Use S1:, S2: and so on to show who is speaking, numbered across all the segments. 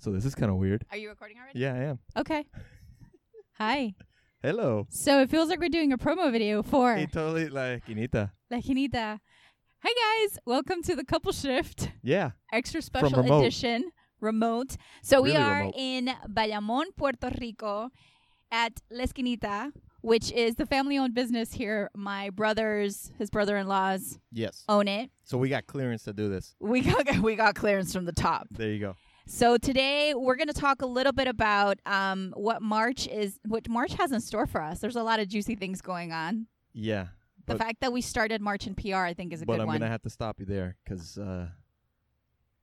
S1: So this is kind of weird.
S2: Are you recording already?
S1: Yeah, I am.
S2: Okay. Hi.
S1: Hello.
S2: So it feels like we're doing a promo video for
S1: Hey, totally like Inita.
S2: La Quinita. Hi guys, welcome to the Couple Shift
S1: Yeah.
S2: Extra Special
S1: remote.
S2: Edition remote. So we
S1: Really
S2: are
S1: remote.
S2: in Bayamón, Puerto Rico, at La Esquinita, which is the family-owned business here. My brothers, his brother-in-laws
S1: Yes.
S2: own it.
S1: So we got clearance to do this.
S2: We got we got clearance from the top.
S1: There you go.
S2: So today we're going to talk a little bit about um, what March is, what March has in store for us. There's a lot of juicy things going on.
S1: Yeah.
S2: The
S1: But-
S2: fact that we started March in PR, I think, is a
S1: but
S2: good
S1: I'm
S2: one.
S1: gonna have to stop you there because uh,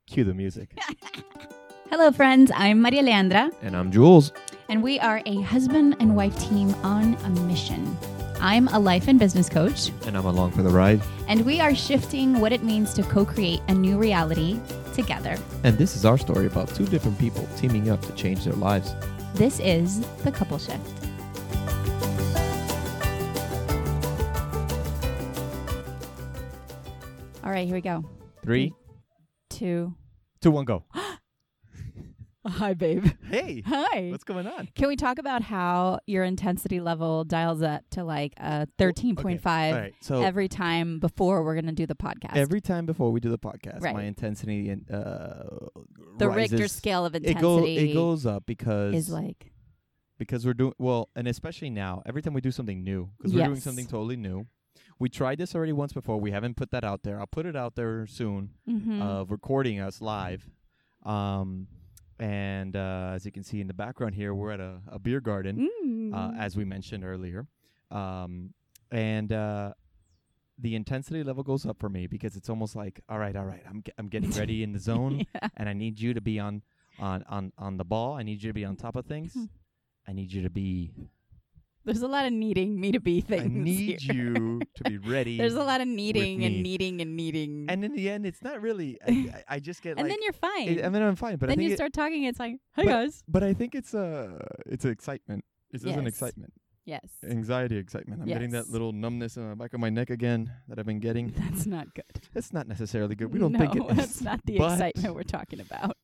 S1: cue the music.
S2: Hello, friends. I'm Maria Leandra,
S1: and I'm Jules.
S2: and we are a husband and wife team on a mission. I'm a life and business coach,
S1: And I'm along for the ride.
S2: and we are shifting what it means to co create a new reality together.
S1: And this is our story about two different people teaming up to change their lives.
S2: This is The Couple Shift. All right, here we go.
S1: Three,
S2: Two.
S1: two, one, go.
S2: Hi, babe.
S1: hey,
S2: Hi.
S1: what's going on?
S2: Can we talk about how your intensity level dials up to like a 13.5
S1: Oh, All right. So
S2: every time before we're going to do the podcast?
S1: every time before we do the podcast,
S2: Right.
S1: my intensity and uh,
S2: the
S1: rises.
S2: Richter scale of
S1: It goes
S2: intensity
S1: it goes uh, up because
S2: is like,
S1: because we're doing well, and especially now, every time we do something new, because we're doing
S2: Yes.
S1: something totally new. We tried this already once before. We haven't put that out there. I'll put it out there soon
S2: mhm.
S1: of recording us live. Um, and uh, as you can see in the background here, we're at a, a beer garden
S2: Mm.
S1: uh, as we mentioned earlier. Um, and uh, the intensity level goes up for me because it's almost like, all right, all right, I'm, ge- I'm getting ready in the zone, and I need you to be on, on, on, on the ball. I need you to be on top of things. I need you to be.
S2: Hmm. There's a lot of needing me to be things.
S1: I need
S2: here.
S1: you to be ready.
S2: There's a lot of needing
S1: me.
S2: and needing and needing.
S1: and in the end, it's not really. I, I I just get
S2: and
S1: like.
S2: then you're fine.
S1: I- I mean, I'm fine, but I
S2: then
S1: think
S2: you
S1: it-
S2: start talking. It's like,
S1: But-
S2: hey guys.
S1: but I think it's uh, it's excitement. It's just an
S2: Yes.
S1: excitement.
S2: Yes.
S1: anxiety excitement. I'm getting that
S2: Yes.
S1: little numbness in the back of my neck again that I've been getting.
S2: That's not good.
S1: It's not necessarily good. We don't think
S2: No,
S1: it
S2: That's
S1: is.
S2: not the
S1: but-
S2: excitement we're talking about.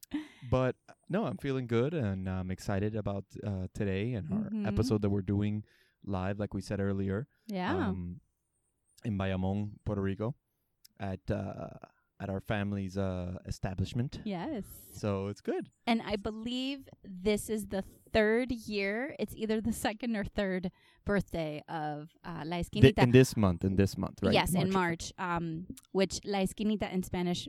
S1: But uh, no, I'm feeling good and I'm excited about uh, today and
S2: Mhm.
S1: our episode that we're doing live, like we said earlier,
S2: Yeah.
S1: um, in Bayamón, Puerto Rico, at uh, at our family's uh, establishment.
S2: yes.
S1: So it's good.
S2: And I believe this is the third year. It's either the second or third birthday of uh, La
S1: Thi-
S2: Esquinita.
S1: in this month, in this month, right?
S2: Yes, in March, um, which La Esquinita in Spanish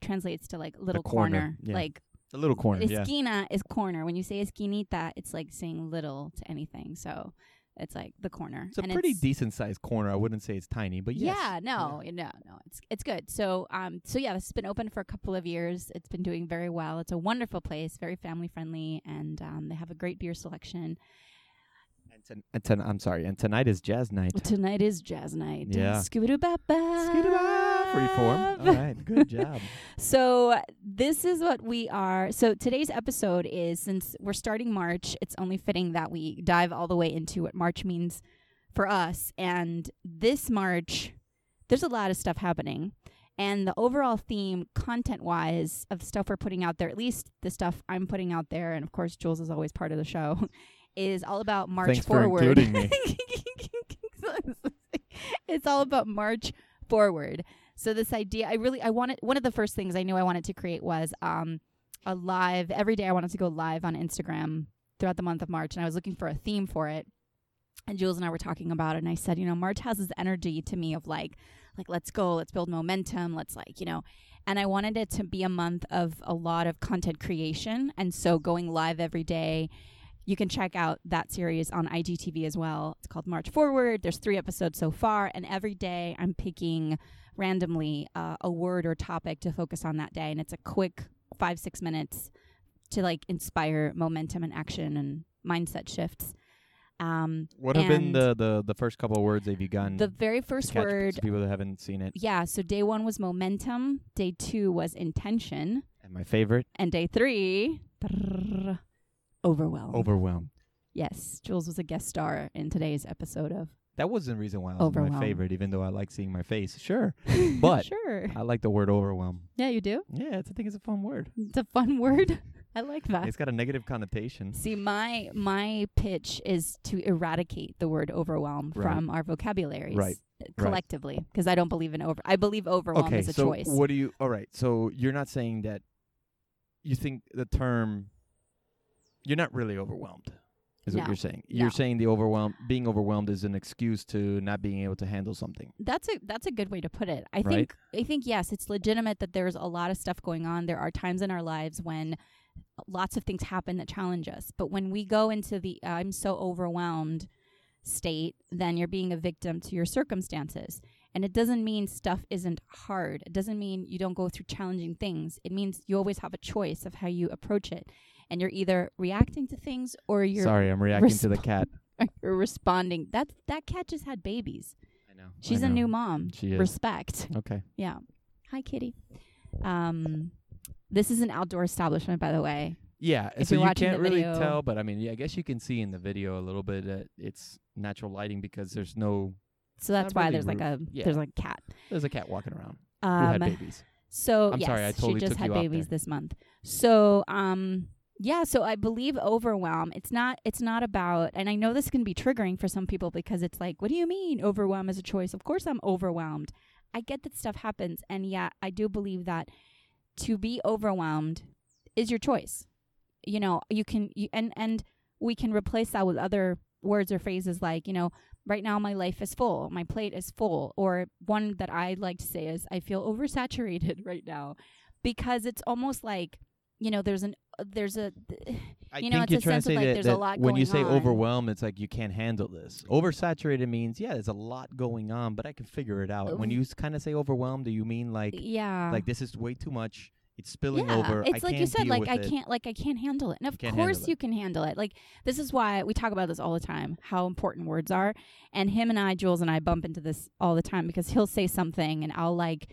S2: translates to like little
S1: corner,
S2: corner.
S1: yeah.
S2: Like
S1: A little corner, yeah.
S2: esquina is corner. When you say esquinita, it's like saying little to anything. So it's like the corner.
S1: It's a
S2: And
S1: pretty
S2: it's-
S1: decent sized corner. I wouldn't say it's tiny, but yes.
S2: Yeah, no, no, no. It's it's good. So um so yeah, this has been open for a couple of years. It's been doing very well. It's a wonderful place, very family friendly and um they have a great beer selection.
S1: And, ton- and ton- I'm sorry. And tonight is jazz night.
S2: Tonight is jazz night.
S1: Yeah.
S2: Scooter Baba.
S1: Freeform. All right. Good job.
S2: So this is what we are. So today's episode is since we're starting March, it's only fitting that we dive all the way into what March means for us. And this March, there's a lot of stuff happening. And the overall theme, content wise, of stuff we're putting out there, at least the stuff I'm putting out there, and of course, Jules is always part of the show, is all about March
S1: Thanks for
S2: forward.
S1: including me.
S2: it's all about March forward. So this idea, I really, I wanted one of the first things I knew I wanted to create was um, a live every day. I wanted to go live on Instagram throughout the month of March, and I was looking for a theme for it. And Jules and I were talking about it, and I said, you know, March has this energy to me of like, like let's go, let's build momentum, let's like, you know. And I wanted it to be a month of a lot of content creation, and so going live every day. You can check out that series on IGTV as well. It's called March Forward. There's three episodes so far, and every day I'm picking randomly uh, a word or topic to focus on that day and it's a quick five six minutes to like inspire momentum and action and mindset shifts um,
S1: What have been
S2: And-
S1: the, the, the first couple of words have you gotten?
S2: the
S1: to
S2: very first
S1: catch p-
S2: word
S1: To people that haven't seen it.
S2: yeah so day one was momentum day two was intention
S1: And my favorite,
S2: and day three trrr, overwhelm
S1: overwhelmed.
S2: yes jules was a guest star in today's episode of
S1: That was the reason why I was my
S2: Overwhelmed.
S1: favorite, even though I like seeing my face. Sure. But
S2: sure
S1: I like the word overwhelm.
S2: yeah you do
S1: Yeah, it's, I think it's a fun word.
S2: it's a fun word I like that.
S1: It's got a negative connotation.
S2: See, my my pitch is to eradicate the word overwhelm
S1: Right.
S2: from our vocabularies
S1: Right.
S2: collectively because I don't believe in over. I believe overwhelm
S1: okay,
S2: is a
S1: so
S2: choice.
S1: what do you? All right, so you're not saying that you think the term. You're not really overwhelmed, is
S2: No,
S1: what you're saying.
S2: no.
S1: You're saying the overwhelm, being overwhelmed, is an excuse to not being able to handle something.
S2: that's a that's a good way to put it. I
S1: Right?
S2: think I think yes, it's legitimate that there's a lot of stuff going on. There are times in our lives when lots of things happen that challenge us. But when we go into the I'm so overwhelmed state, then you're being a victim to your circumstances. And it doesn't mean stuff isn't hard. It doesn't mean you don't go through challenging things. It means you always have a choice of how you approach it. And you're either reacting to things or you're
S1: Sorry, I'm reacting to the cat.
S2: you're responding. That that cat just had babies.
S1: I know.
S2: She's a new mom.
S1: She is.
S2: Respect.
S1: Okay.
S2: Yeah. Hi, Kitty. Um, this is an outdoor establishment, by the way.
S1: Yeah,
S2: If
S1: so
S2: you're
S1: you
S2: watching
S1: can't
S2: the
S1: really
S2: video-
S1: tell, but I mean, yeah, I guess you can see in the video a little bit that it's natural lighting because there's no
S2: So that's
S1: Not
S2: why
S1: really
S2: there's like a
S1: roof. Yeah.
S2: there's like a cat.
S1: there's a cat walking around who had
S2: Um,
S1: babies.
S2: so
S1: I'm
S2: yes,
S1: sorry, I totally
S2: she just
S1: took
S2: had
S1: you off
S2: babies this month. So um, yeah. So I believe overwhelm. It's not. It's not about. And I know this can be triggering for some people because it's like, what do you mean overwhelm is a choice? Of course I'm overwhelmed. I get that stuff happens, and yeah, I do believe that to be overwhelmed is your choice. You know, you can you, and and we can replace that with other words or phrases like, you know, right now my life is full, my plate is full, or one that I like to say is I feel oversaturated right now because it's almost like, you know, there's an there's a
S1: I
S2: you know,
S1: think
S2: it's
S1: you're
S2: a
S1: trying
S2: sense
S1: to
S2: of,
S1: say
S2: like,
S1: that,
S2: there's a
S1: that
S2: lot
S1: when you
S2: going
S1: say
S2: on.
S1: overwhelmed, it's like you can't handle this. Oversaturated means yeah, there's a lot going on, but I can figure it out. When
S2: Oof.
S1: you kind of say overwhelmed, do you mean like
S2: yeah.
S1: like this is way too much? It's spilling
S2: yeah,
S1: over.
S2: It's
S1: I
S2: like
S1: can't
S2: you said,
S1: deal
S2: like
S1: with
S2: I
S1: it.
S2: can't like I can't handle it. And of
S1: Can't handle
S2: course
S1: it.
S2: you can handle it. Like this is why we talk about this all the time, how important words are. And him and I, Jules and I bump into this all the time because he'll say something and I'll like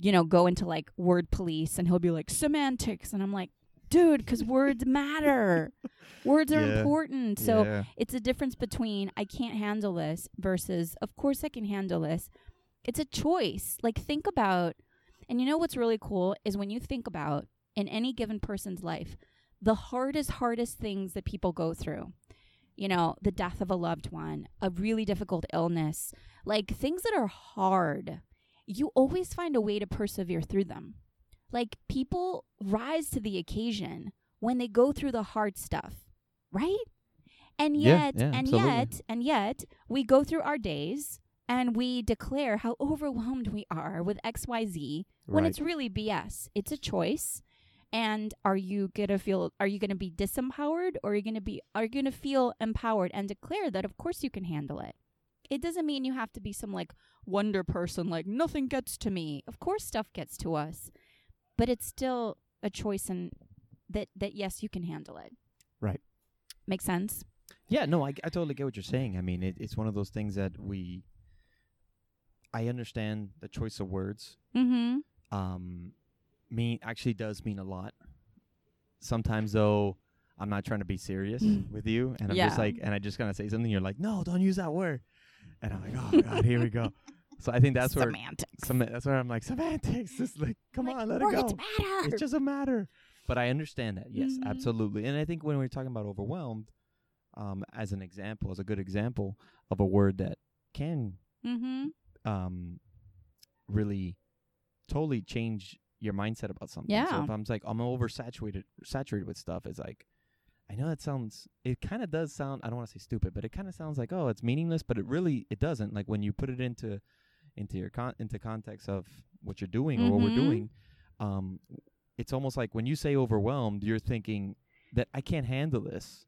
S2: you know, go into like word police and he'll be like semantics and I'm like, dude, cuz words matter. Words are
S1: Yeah.
S2: important. So it's a difference between I can't handle this versus of course I can handle this. It's a choice. Like think about and you know what's really cool is when you think about in any given person's life the hardest hardest things that people go through. You know, the death of a loved one, a really difficult illness, like things that are hard. You always find a way to persevere through them. Like people rise to the occasion when they go through the hard stuff, right? And
S1: Yeah,
S2: yet,
S1: yeah,
S2: and
S1: absolutely.
S2: yet, and yet, we go through our days and we declare how overwhelmed we are with XYZ when
S1: Right.
S2: it's really BS. It's a choice. And are you going to feel are you going to be disempowered or are you going to be are you going to feel empowered and declare that of course you can handle it? It doesn't mean you have to be some like wonder person like nothing gets to me. Of course stuff gets to us. But it's still a choice and that that yes you can handle it.
S1: Right.
S2: Makes sense?
S1: Yeah, no, I, I totally get what you're saying. I mean, it, it's one of those things that we. I understand the choice of words.
S2: Mhm.
S1: Um, mean actually does mean a lot. Sometimes though, I'm not trying to be serious with you, and I'm
S2: Mm. Yeah.
S1: just like, and I just kind of say something. You're like, no, don't use that word, and I'm like, oh god, here we go. So I think that's where
S2: semantics.
S1: some, that's where I'm like semantics. Just like, come
S2: Like,
S1: on, let it
S2: words
S1: go.
S2: matter.
S1: It doesn't matter. But I understand that. Yes,
S2: Mhm.
S1: absolutely. And I think when we're talking about overwhelmed, um, as an example, as a good example of a word that can
S2: mhm.
S1: um, really totally change your mindset about something. So
S2: Yeah.
S1: if I'm like I'm oversaturated saturated with stuff, it's like I know that sounds it kind of does sound I don't want to say stupid, but it kind of sounds like oh, it's meaningless, but it really it doesn't. Like when you put it into into your con- into context of what you're doing or what we're
S2: Mhm.
S1: doing, um it's almost like when you say overwhelmed, you're thinking that I can't handle this.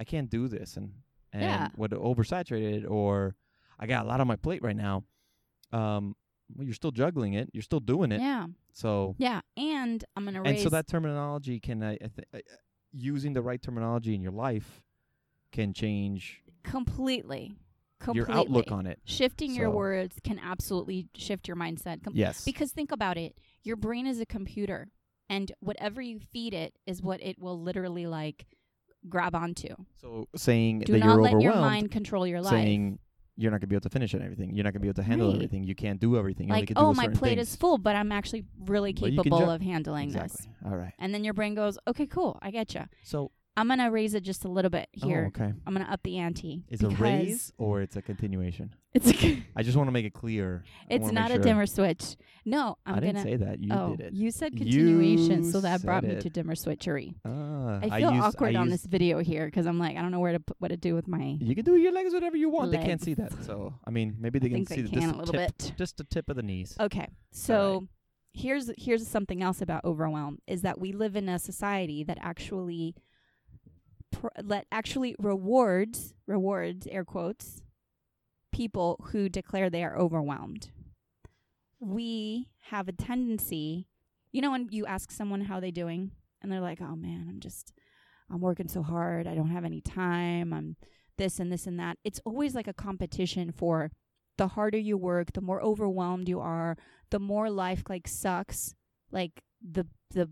S1: I can't do this and and
S2: Yeah.
S1: what oversaturated or I got a lot on my plate right now. Um well, you're still juggling it. You're still doing it.
S2: Yeah,
S1: So
S2: yeah, and I'm gonna raise.
S1: and so that terminology can I, I th- I, using the right terminology in your life can change
S2: completely, completely
S1: your outlook on it.
S2: shifting your
S1: So-
S2: words can absolutely shift your mindset. Com-
S1: Yes.
S2: Because think about it, your brain is a computer, and whatever you feed it is what it will literally like grab onto.
S1: so saying
S2: Do
S1: that
S2: not
S1: you're
S2: let
S1: overwhelmed,
S2: your mind control your life.
S1: saying you're not gonna be able to finish it and everything. You're not gonna be able to handle
S2: Right.
S1: everything. You can't do everything. you only
S2: like,
S1: can do
S2: oh,
S1: a
S2: my
S1: certain
S2: plate
S1: things.
S2: is full, but I'm actually really
S1: But you can
S2: capable
S1: ju-
S2: of handling
S1: Exactly.
S2: this.
S1: All right.
S2: And then your brain goes, okay, cool, I get you.
S1: So
S2: I'm gonna raise it just a little bit here.
S1: Oh, okay.
S2: I'm gonna up the ante.
S1: It's a
S2: because
S1: raise or it's a continuation.
S2: It's a,
S1: I just want to make it clear. I
S2: it's
S1: wanna make
S2: not a
S1: sure.
S2: dimmer switch. No, I'm
S1: I did
S2: gonna.
S1: not say that. You
S2: oh,
S1: did it.
S2: you said
S1: You
S2: continuation, so that
S1: said
S2: brought me
S1: it.
S2: to dimmer switchery.
S1: Ah,
S2: I feel
S1: used-
S2: awkward
S1: I
S2: on
S1: used-
S2: this video here because I'm like, I don't know where to put, what to do with my.
S1: You can do your legs whatever you want. They can't see
S2: Legs.
S1: that. So I mean, maybe they
S2: I
S1: can
S2: think
S1: see
S2: they
S1: that
S2: can
S1: just
S2: a little
S1: tip,
S2: bit. Oh,
S1: just the tip of the knees.
S2: Okay, so here's here's something else about overwhelm is that we live in a society that actually pr- let actually rewards rewards air quotes people who declare they are overwhelmed. We have a tendency, you know, when you ask someone how they doing, and they're like, "Oh man, I'm just I'm working so hard. I don't have any time. I'm this and this and that." It's always like a competition for the harder you work, the more overwhelmed you are, the more life like sucks. Like the the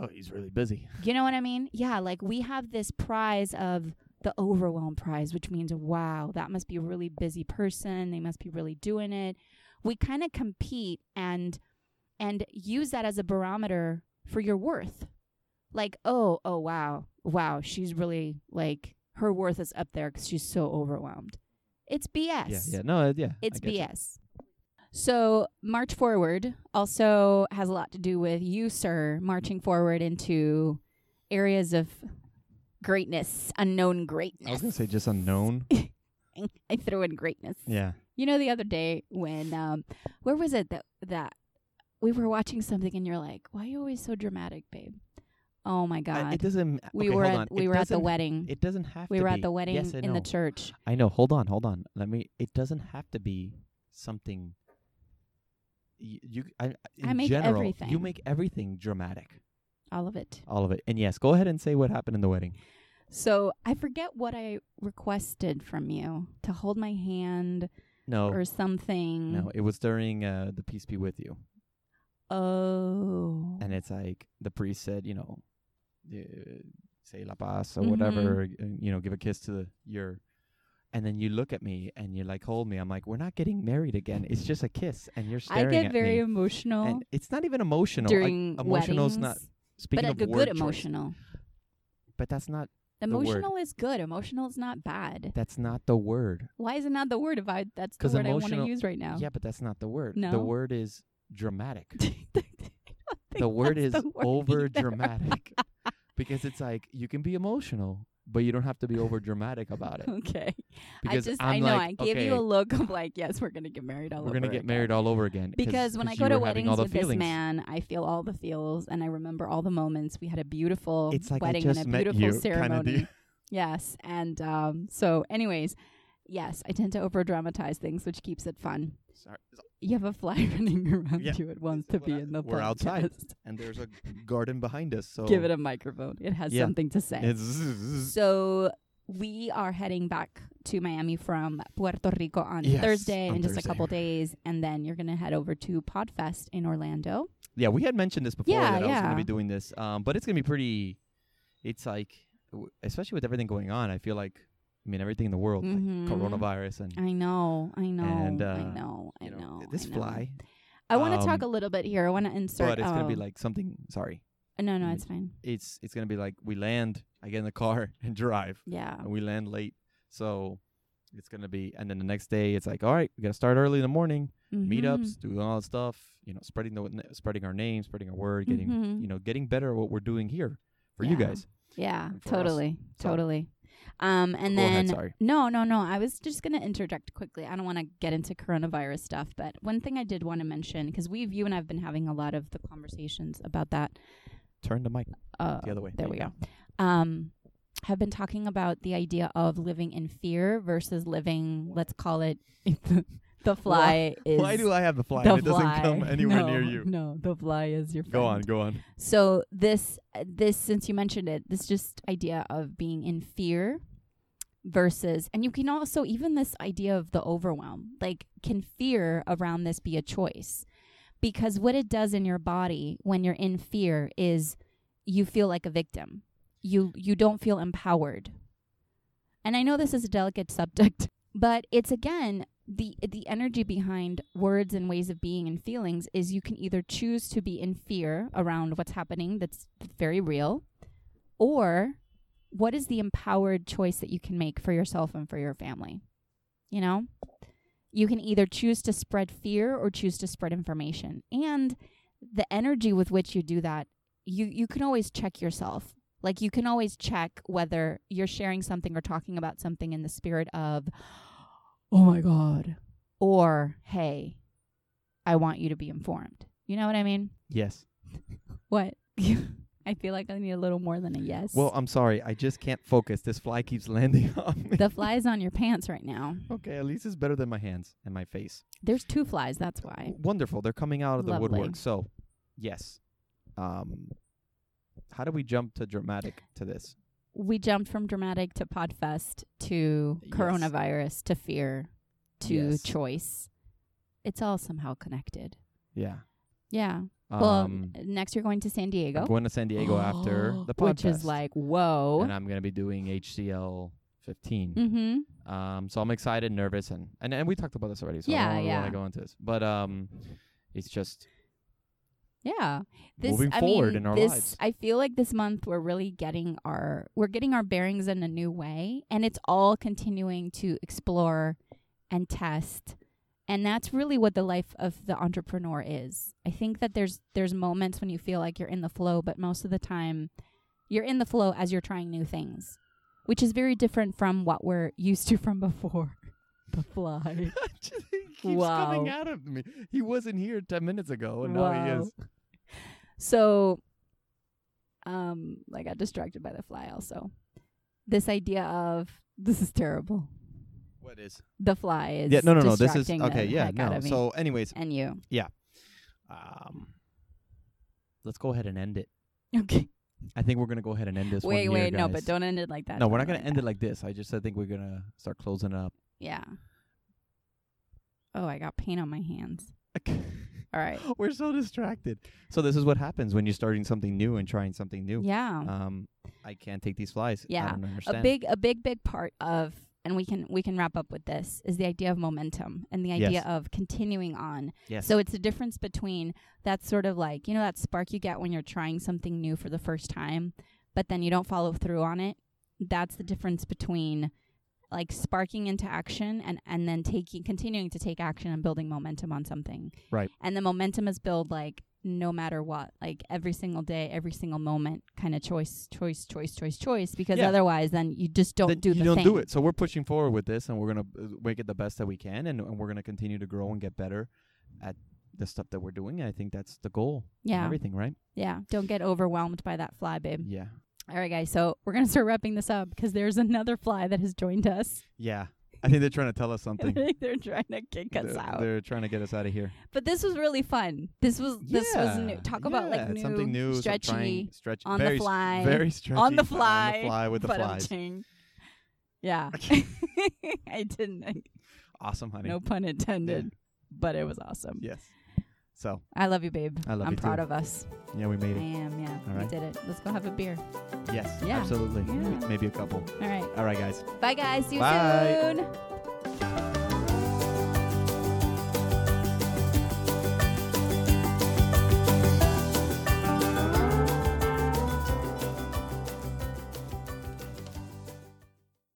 S1: Oh, he's really busy.
S2: you know what I mean? Yeah, like we have this prize of the overwhelm prize, which means wow, that must be a really busy person. They must be really doing it. We kind of compete and and use that as a barometer for your worth. Like, oh, oh wow. Wow, she's really like her worth is up there cuz she's so overwhelmed. It's BS.
S1: Yeah, yeah. No, uh, yeah. I
S2: It's
S1: get you.
S2: BS. So, March Forward also has a lot to do with you, sir, marching forward into areas of greatness, unknown
S1: I
S2: greatness.
S1: was gonna say just unknown.
S2: I threw in greatness.
S1: yeah.
S2: You know, the other day when, um, where was it that, that we were watching something and you're like, why are you always so dramatic, babe? Oh my
S1: I-
S2: God.
S1: it doesn't.
S2: we
S1: okay,
S2: were
S1: hold
S2: at,
S1: on.
S2: we
S1: It
S2: were at the
S1: doesn't-
S2: wedding.
S1: It doesn't have
S2: we
S1: to
S2: were
S1: be.
S2: at the wedding
S1: yes, I
S2: in
S1: know.
S2: the church.
S1: I know. Hold on, hold on. Let me. It doesn't have to be something. You, you I, I- in
S2: make
S1: general, you
S2: everything.
S1: make everything dramatic,
S2: All of it.
S1: all of it. And yes, go ahead and say what happened in the wedding.
S2: So I forget what I requested from you to hold my hand
S1: No,
S2: or something.
S1: Oh. no, it was during uh, the peace be with you,
S2: Oh.
S1: and it's like the priest said, you know, uh, say la paz or
S2: Mhm.
S1: whatever, and, you know, give a kiss to the, your. And then you look at me and you're like, hold me. I'm like, we're not getting married again. It's just a kiss, and you're
S2: I
S1: staring
S2: get
S1: at
S2: very
S1: me.
S2: emotional
S1: And it's not even emotional. I-
S2: during
S1: emotional's
S2: weddings,
S1: not
S2: but
S1: speaking
S2: a
S1: of
S2: good,
S1: word
S2: good
S1: choice,
S2: emotional.
S1: but that's not word.
S2: Emotional is good. Emotional is not bad.
S1: that's not the word.
S2: Why is it not the word if I that's the
S1: 'Cause
S2: word I want to
S1: emotional-
S2: use right now?
S1: Yeah, but that's not the word. The
S2: No?
S1: word is dramatic.
S2: I don't think
S1: the word is
S2: that's the word
S1: over
S2: either.
S1: dramatic because it's like you can be emotional, but you don't have to be over dramatic about it.
S2: Okay.
S1: Because
S2: I just
S1: I'm
S2: I know
S1: like,
S2: I gave
S1: okay,
S2: you a look of like, yes, we're gonna get married all
S1: we're
S2: over
S1: gonna get
S2: again.
S1: married all over again
S2: because when I
S1: you
S2: go to
S1: were having all
S2: weddings
S1: the
S2: with this
S1: feelings.
S2: man, I feel all the feels and I remember all the moments. We had a beautiful
S1: it's like
S2: wedding
S1: I just
S2: and a
S1: met
S2: beautiful
S1: you,
S2: ceremony.
S1: Kind of
S2: Yes, and um, so, anyways, yes, I tend to over dramatize things, which keeps it fun.
S1: Sorry.
S2: You have a fly running around
S1: Yeah.
S2: you. It wants
S1: This is
S2: to be
S1: what I-
S2: in the
S1: we're outside.
S2: podcast.
S1: And there's a garden behind us, so
S2: Give it a microphone. It has
S1: Yeah.
S2: something to say.
S1: It's
S2: so we are heading back to Miami from Puerto Rico on
S1: Yes,
S2: Thursday
S1: on
S2: in just
S1: Thursday.
S2: a couple days, and then you're gonna head over to Podfest in Orlando.
S1: Yeah, we had mentioned this before
S2: Yeah,
S1: that I was going to
S2: yeah.
S1: be doing this, um, but it's going to be pretty. It's like, w- especially with everything going on, I feel like, I mean, everything in the world,
S2: Mhm.
S1: like coronavirus, and
S2: I know, I know,
S1: And,
S2: I
S1: uh,
S2: know, I
S1: you
S2: know.
S1: know, this
S2: I know.
S1: fly.
S2: I want to
S1: um,
S2: talk a little bit here. I want to insert.
S1: but it's going to be
S2: um,
S1: like something. Sorry,
S2: No, no, it's fine.
S1: it's it's going to be like we land, I get in the car and drive,
S2: Yeah.
S1: and we land late, so it's going to be. And then the next day, it's like, all right, we got to start early in the morning,
S2: Mm-hmm.
S1: meetups, doing all that stuff, you know, spreading the spreading our name, spreading our word, getting
S2: Mhm.
S1: you know, getting better at what we're doing here for you
S2: Yeah.
S1: guys.
S2: Yeah,
S1: and for us.
S2: totally,
S1: So-
S2: totally. Um, and
S1: Go
S2: then
S1: ahead, sorry.
S2: no, no, no. I was just gonna interject quickly. I don't want to get into coronavirus stuff, but one thing I did want to mention because we've you and I've been having a lot of the conversations about that.
S1: Turn the mic
S2: Uh,
S1: the other way.
S2: there we go. Um, have been talking about the idea of living in fear versus living. Let's call it the fly is.
S1: Why do I have the fly?
S2: the
S1: and it doesn't come
S2: fly-
S1: anywhere
S2: no,
S1: near you.
S2: No, the fly is your.
S1: Go
S2: friend.
S1: on, go on.
S2: So this this since you mentioned it, this just idea of being in fear versus and you can also even this idea of the overwhelm. Like can fear around this be a choice? Because what it does in your body when you're in fear is you feel like a victim. You you don't feel empowered. And I know this is a delicate subject, but it's again the the energy behind words and ways of being and feelings is you can either choose to be in fear around what's happening that's very real or what is the empowered choice that you can make for yourself and for your family you know you can either choose to spread fear or choose to spread information and the energy with which you do that you you can always check yourself like you can always check whether you're sharing something or talking about something in the spirit of oh my god or hey i want you to be informed you know what i mean
S1: Yes.
S2: what i feel like i need a little more than a yes
S1: Well, I'm sorry. I just can't focus. This fly keeps landing on me.
S2: the fly is on your pants right now
S1: okay, at least it's better than my hands and my face.
S2: there's two flies that's why
S1: Wonderful. They're coming out of the
S2: Lovely.
S1: woodwork. So, yes. Um, how do we jump to dramatic to this?
S2: we jumped from dramatic to podfest to
S1: Yes.
S2: coronavirus to fear to
S1: Yes.
S2: choice it's all somehow connected
S1: Yeah.
S2: yeah well,
S1: Um,
S2: next you're going to San Diego.
S1: I'm going to San Diego after the podcast.
S2: Which is like, oh. whoa.
S1: and I'm going to be doing HCL 15.
S2: Mm-hmm.
S1: Um, so I'm excited, nervous, and, and and we talked about this already. So
S2: Yeah,
S1: I don't
S2: yeah.
S1: want to go into this, but um, it's just
S2: Yeah. This,
S1: Moving
S2: I
S1: forward
S2: mean,
S1: in our
S2: this,
S1: lives.
S2: I feel like this month we're really getting our we're getting our bearings in a new way, and it's all continuing to explore and test. And that's really what the life of the entrepreneur is. I think that there's there's moments when you feel like you're in the flow, but most of the time you're in the flow as you're trying new things, which is very different from what we're used to from before. The fly.
S1: he keeps
S2: Wow.
S1: coming out of me. He wasn't here ten minutes ago, and now he is.
S2: Wow. So, um, I got distracted by the fly. Also, this idea of this is terrible.
S1: What is?
S2: The fly is
S1: Yeah, no, no, no. This is
S2: distracting
S1: okay.
S2: the
S1: Yeah,
S2: heck out
S1: no.
S2: of me.
S1: So, anyways,
S2: and you
S1: um, let's go ahead and end it.
S2: okay?
S1: I think we're gonna go ahead and end this. one
S2: Wait,
S1: here,
S2: wait, no,
S1: guys.
S2: but don't end it like that.
S1: No, we're
S2: Don't
S1: not gonna end
S2: that.
S1: it like this. I just I think we're gonna start closing it up.
S2: Yeah. Oh, I got pain on my hands. All right.
S1: we're so distracted. So this is what happens when you're starting something new and trying something new.
S2: Yeah.
S1: Um, I can't take these flies.
S2: Yeah.
S1: I don't
S2: a
S1: understand.
S2: big a big big part of and we can we can wrap up with this is the idea of momentum and the idea
S1: Yes.
S2: of continuing on
S1: yes.
S2: So it's the difference between that sort of like, you know, that spark you get when you're trying something new for the first time, but then you don't follow through on it. That's the difference between like sparking into action and, and then taking continuing to take action and building momentum on something.
S1: Right.
S2: And the momentum is built like no matter what, like every single day, every single moment kind of choice, choice, choice, choice, choice, because
S1: Yeah.
S2: otherwise then you just don't
S1: Then
S2: do
S1: you
S2: the
S1: don't
S2: thing.
S1: do it. So we're pushing forward with this, and we're gonna uh, make it the best that we can, and, and we're gonna continue to grow and get better at the stuff that we're doing. And I think that's the goal. in
S2: Yeah. Mm.
S1: Everything, right?
S2: Yeah. Don't get overwhelmed by that fly, babe.
S1: Yeah.
S2: All right, guys. So we're gonna start wrapping this up because there's another fly that has joined us.
S1: Yeah. I think they're trying to tell us
S2: I
S1: something.
S2: think they're trying to kick us
S1: they're,
S2: out.
S1: they're trying to get us out of here.
S2: but this was really fun. This was this was new. Talk about like
S1: Yeah,
S2: new,
S1: something new, some
S2: stretchy,
S1: trying, stretch,
S2: on the
S1: very s-
S2: fly,
S1: very stretchy,
S2: on the
S1: but
S2: fly,
S1: on the fly with the flies.
S2: ba-dum-ching. Yeah, I didn't. I-
S1: Awesome, honey.
S2: no pun intended, but it was awesome.
S1: Yes. So
S2: I love you, babe.
S1: I love
S2: I'm
S1: you
S2: proud
S1: too.
S2: of us.
S1: yeah, we made
S2: I
S1: it.
S2: am. Yeah,
S1: All
S2: we
S1: right.
S2: did it. Let's go have a beer.
S1: Yes,
S2: Yeah.
S1: absolutely.
S2: Yeah.
S1: Maybe a couple.
S2: All right.
S1: All right, guys.
S2: Bye, guys. See you
S1: Bye.
S2: soon.